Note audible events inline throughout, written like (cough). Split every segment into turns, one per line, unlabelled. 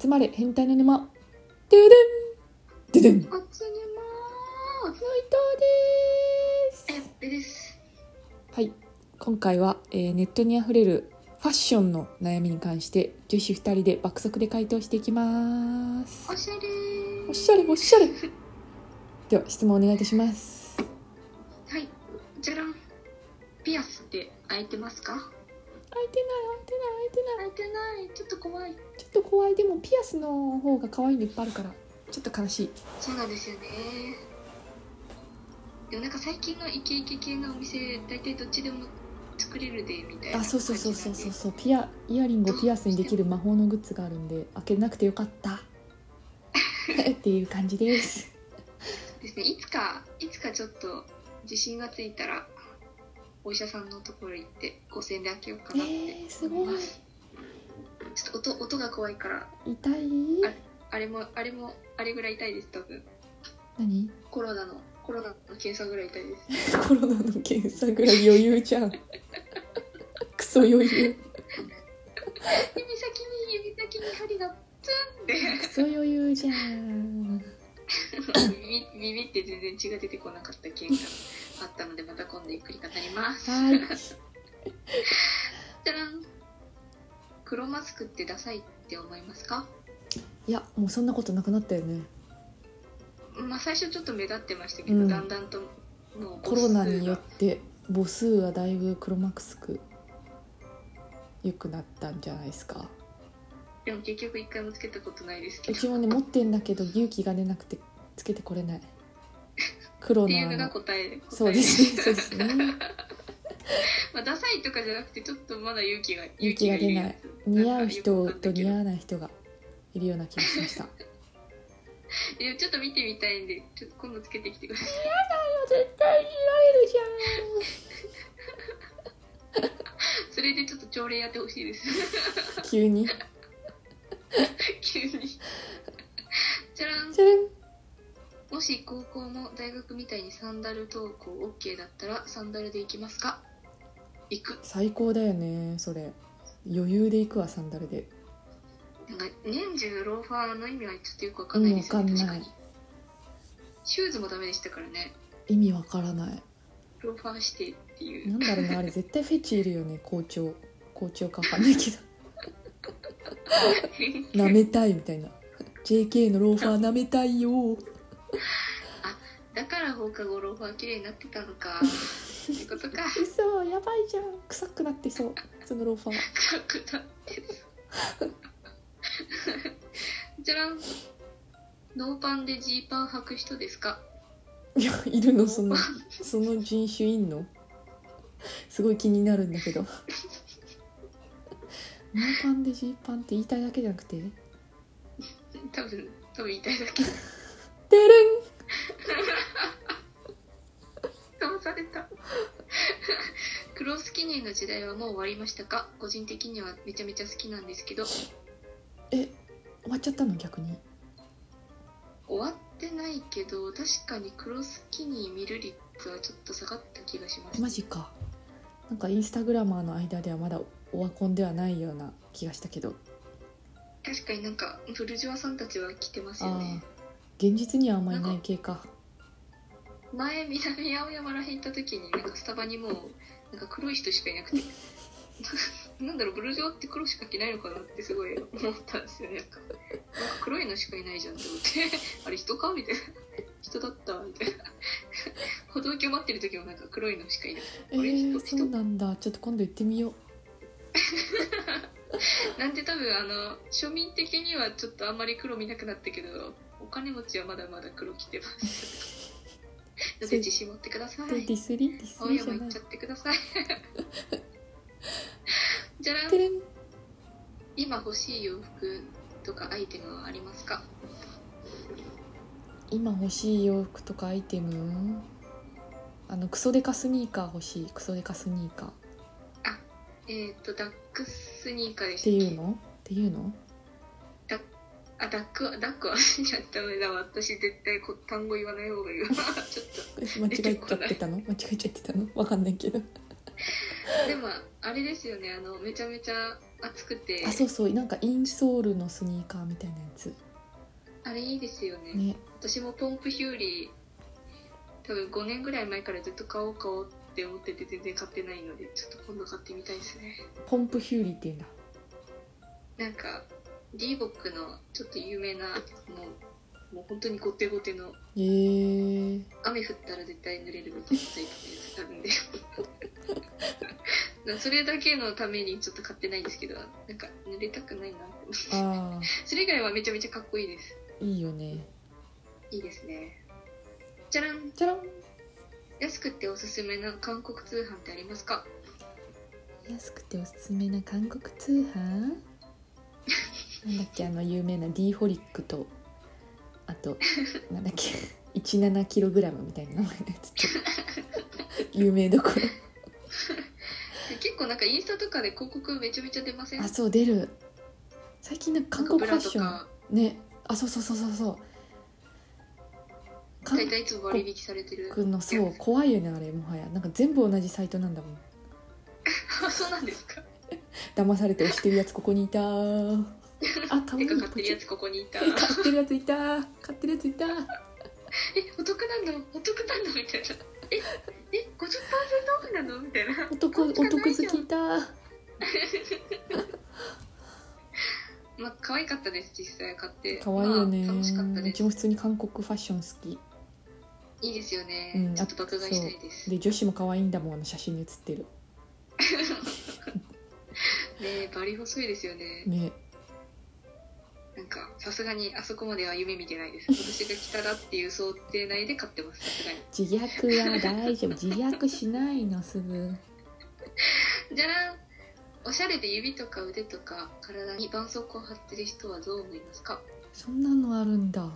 集まれ変態の沼ででんででん
あっちにも
斉藤です
えっぺです
はい今回は、えーネットにあふれるファッションの悩みに関して女子2人で爆速で回答していきます
おしゃれ
おっしゃれおっしゃれでは質問お願いいたします
はいじゃらんピアスって開いてますか
開いてない開いてない開いてない
開いてないちょっと怖い
ちょっと怖いでもピアスの方が可愛いのいっぱいあるからちょっと悲しい
そうなんですよねでもなんか最近のイケイケ系のお店大体どっちでも作れるでみたいな
あ
感じ
そうそうそうそうそうそうピアイヤリングをピアスにできる魔法のグッズがあるんで開けなくてよかったっていう感じです
うですねいつかいつかちょっと自信がついたらお医者さんのところ行って5000円で開けようか
え
なって
ー、す
思い
ごい
ます、ちょっと音音が怖いから
痛い
あれもあれもあれぐらい痛いです多分
何
コロナのコロナの検査ぐらい痛いです
コロナの検査ぐらい余裕じゃんクソ余裕
指先に指先に針がツンって
クソ余裕じゃん
耳耳って全然血が出てこなかった件があったのでまた今度ゆっくり語ります
はい
じゃらん黒マスクってダサいって思いますか
いやもうそんなことなくなったよね
まあ最初ちょっと目立ってましたけど、
うん
だんだんともう
コロナによって母数はだいぶ黒マックスく良くなったんじゃないですか
でも結局一回もつけたことないですけ
う
ど
ちもね持ってんだけど勇気が出なくてつけてこれない黒
って
の
いう
あ
のが
の
答え答え
そうですねそうですね
まあ、ダサいとかじゃなくてちょっとまだ勇気が
勇気が出ない
勇気がいるやつ
似合う人と似合
う
わない人がいるような気がしました
ちょっと見てみたいんでちょっと今度つけてきてください
絶対にられる
それでちょっと朝礼やってほしいです
じゃん急に
急にじゃらん
じゃらん
もし高校も大学みたいにサンダル登校 OK だったらサンダルで行きますか行く
最高だよねそれ余裕で行くわサンダルで
なんか年中ローファーの意味はちょっとよくわかんないですよね
うんわかん
確
な
か
い
にシューズもダメでしたからね
意味わからない
ローファーしてっていう
なんだろうなあれ絶対フェチいるよね校長校長かわかんないけど
(laughs)
舐めたいみたいな JK のローファー舐めたいよ
だから放課後ローファー綺麗になってたのかってことか
嘘やばいじゃん臭くなってそうそのローファー
暗くなってるじゃらんノーパンでジーパン履く人ですか
いやいるのそのその人種いんのすごい気になるんだけどノーパンでジーパンって言いたいだけじゃなくて「
多分多分言いたいだ
て
け
るん!
騙された黒スキニーの時代はもう終わりましたか個人的にはめちゃめちゃ好きなんですけど」
え終わっちゃったの逆に
終わってないけど確かに黒スキニー見る率はちょっと下がった気がします
マジかなんかインスタグラマーの間ではまだオワコンではないような気がしたけど
確かになんかブルジョワさんたちは着てますよね
ああ現実にはあんまりない系か
前南青山らへん行った時になんかスタバにもうなんか黒い人しかいなくて (laughs) なんだろうブルジョアって黒しか着ないのかなってすごい思ったんですよねなんかなんか黒いのしかいないじゃんって思って (laughs) あれ人かみたいな人だったみたいな (laughs) 歩道橋待ってる時もなんか黒いのしかいなくて
え
あれ人
ー、
人
そうなんだちょっと今度行ってみよう
なんで多分あの庶民的にはちょっとあんまり黒見なくなったけどお金持ちはまだまだ黒着てますなので自信持ってください
でディスリディス
青
リじ
山
ゃ
行
な
っ
い
ちゃってください
(laughs)
じゃらん
てれん
今欲しい洋服とかアイテムはありますか
今欲しい洋服とかアイテムあのクソデカスニーカー欲しいクソデカスニーカーっ
えっ、とダックスニーカーでしてたっけ
いうのっていうの
あダックはダックはやったのだ私絶対こ単語言わない方
(laughs)
がいいわちょっ
間違えちゃってたの間違えちゃってたのわかんないけど
とでもあれですよねあのめちゃめちゃ暑くて
あそうそうなんかインソールのスニーカーみたいなやつ
あれいいですよね
ね
私もポンプヒューリー多分5年ぐらい前からずっと買おう買おうって思ってて全然買ってないのでちょっと今度買ってみたいですね
ポンプヒューリーっていうんだ
なんかリーボックのちょっと有名なもうもう本当にゴテゴテの
えー、
雨降ったら絶対濡れるみたいなタイプのやつあるんで
(laughs)
なそれだけのためにちょっと買ってないんですけどなんか濡れたくないなって思って
あ
それ以外はめちゃめちゃかっこいいです
ーいいよね
いいですねじゃらん
じゃらん
安くておすすめな韓国通販ってありますか
安くておすすめな韓国通 (laughs) 販なんだっけあの有名な D ホリックとあと (laughs) なんだっけ 17kg みたいな名前のやつと (laughs) 有名どころ
結構なんかインスタとかで広告めちゃめちゃ出
(laughs)
ません
あそう出る最近なんか韓国ファッシ
なん
ョ
か
ンねあそうそうそうそうそう
ブ
韓
ラとか大体いつも割引されてる
国のそう怖いよねあれもはやなんか全部同じサイトなんだもん
(laughs) そうなんですか
騙されて押してるやつここにいた (laughs) ーあ可愛
て
い
か
ポ
買ってる
チ
やつここにいたえ
買ってるやついたー買ってるやついたー
お得なのお得なのみたいなええ50%オフなのみたいな
お得お得好きだ
まあ可愛かったです実際買って
可愛いよね、
まあ、楽しかった
う
で
ち
す
も普通に韓国ファッション好
いいですよね、
うん
ちょっと爆買いしたいで
き
すね
で女子も可愛いんだもんあの写真に写ってる
えバリ細いですよね
ね
なんかさすがにあそこまでは夢見てないです私が来たらっていう想定内で買ってますさすがに
自虐は大丈夫自虐しないのすぐ
じゃらんおしゃれで指とか腕とか体に絆創膏を貼ってる人はどう思いますか
そんなのあるんだ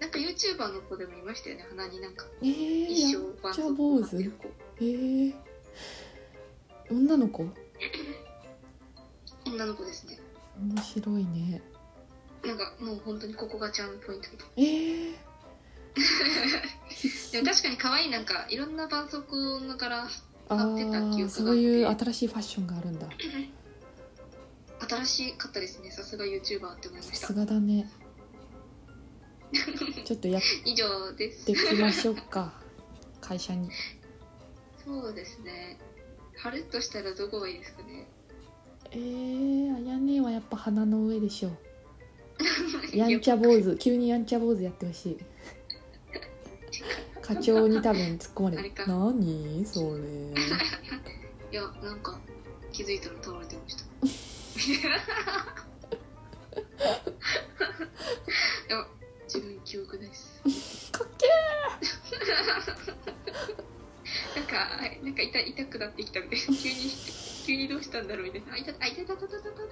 なんか YouTuber の子でもいましたよね鼻になんか
えー、や
一生絆
っちゃ
創膏を
坊
貼って
主
る子
えー、女の子
女の子ですね
面白いね
なんかもう本当にここがチャームポイントみたい
えー、
なでも確かに可愛いなんかいろんな絆創膏の柄
あ
買ってた記憶があっ
ー
て
そういう新しいファッションがあるんだ
新しかったですねさすが YouTuber って思いま
さ
し
す
た
がだ (laughs) ねちょっとやっ
以上です
てきましょう (laughs) か会社に
そうですね春としたらどこがいいですかね
えー、あやねはやっぱ鼻の上でしょう (laughs) やんちゃ坊主急にやんちゃ坊主やってほ (laughs) しい課長に多分突っ込まれ
あれ
る
か
何 (laughs) それ
いやなんか気づいたら倒れてました
(laughs)
(laughs) いや自分記憶ないです
かっけ
なんかあなんか痛痛くなってきたみたいな急に急にどうしたんだろうみたいなあ痛たあ痛たたたたたた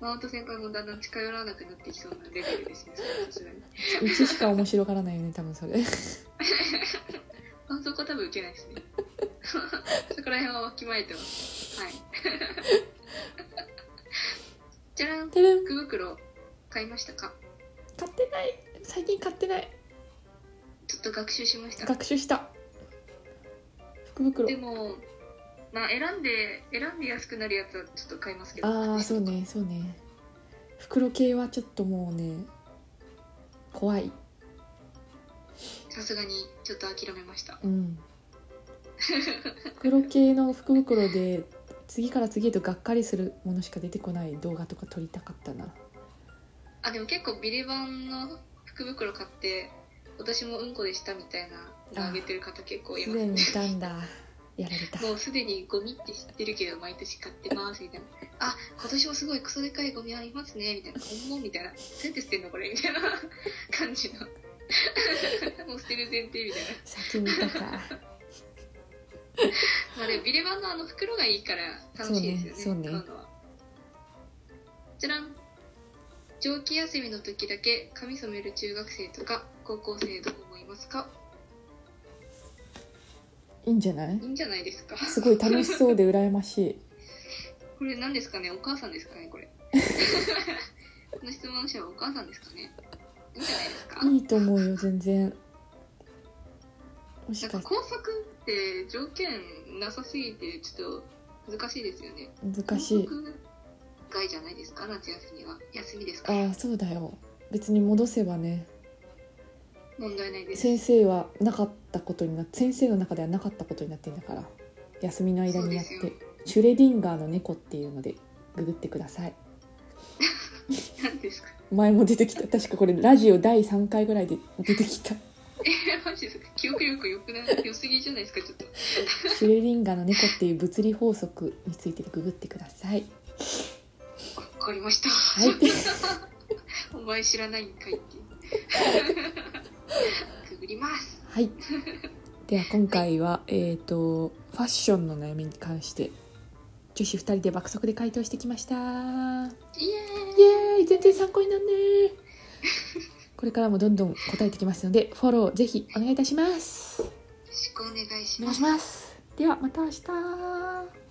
マウント先輩もだんだん近寄らなくなってきそうなレベルですねそれはさすがに
えうちしか面白がらないよね多分それ
あそこ多分受けないですねそこら辺はわきまえてますはいじゃらん
てれん
福袋買いましたか
買ってない最近買ってない
ちょっと学習しました
学習した福袋
でもまあ選んで選んで安くなるやつはちょっと買いますけど
ああそうねそうね袋系はちょっともうね怖い
さすがにちょっと諦めました
うん、袋系の福袋で次から次へとがっかりするものしか出てこない動画とか撮りたかったな
あでも結構ビレバンの福袋買って私もうんこでしたみたいなのあげてる方結構い
す
ます
でにいたんだやられた
もうすでにゴミって知ってるけど毎年買ってますみたいな「あ今年もすごいクソでかいゴミありますね」みたいな「重っ」みたいな「どうやって捨てんのこれ」みたいな感じの (laughs) もう捨てる前提みたいな
先にいたか
まあでもビレバンのあの袋がいいから楽しいですよね
そうねそうね
買うのはじゃらん長期休みの時だけ髪染める中学生とか高校生どう思いますか
いいんじゃない
いいんじゃないですか
すごい楽しそうで羨ましい
これ何ですかねお母さんですかねこれこの質問者はお母さんですかねいいんじゃないですか
いいと思うよ全然もし
なん
か
か
し
工作って条件なさすぎてちょっと難しいですよね
難しい
韓国外じゃないですか夏休みは休みですか
ああそうだよ別に戻せばね
問題ないです
先生はなかったことになって先生の中ではなかったことになってんだから休みの間にやっ
そう
て
で
シュレディンガーの猫っていうのでググってください
何ですか (laughs)
前も出てきた確かこれラジオ第3回ぐらいで出てきた
えマジですか記憶力良くない良すぎじゃないですかちょっと
シュレディンガーの猫っていう物理法則についてググってください
わかりました、 (laughs)
はい
お前知らないんかいっていう (laughs) くぐります
はいでは今回はえっ、とファッションの悩みに関して女子2人で爆速で回答してきましたイ
イエーイ
エーイ全然参考になんね
(laughs)
ーこれからもどんどん答えてきますのでフォローぜひお願いいたします
よろしくお願いし
お願
ま
い
す
しますではまた明日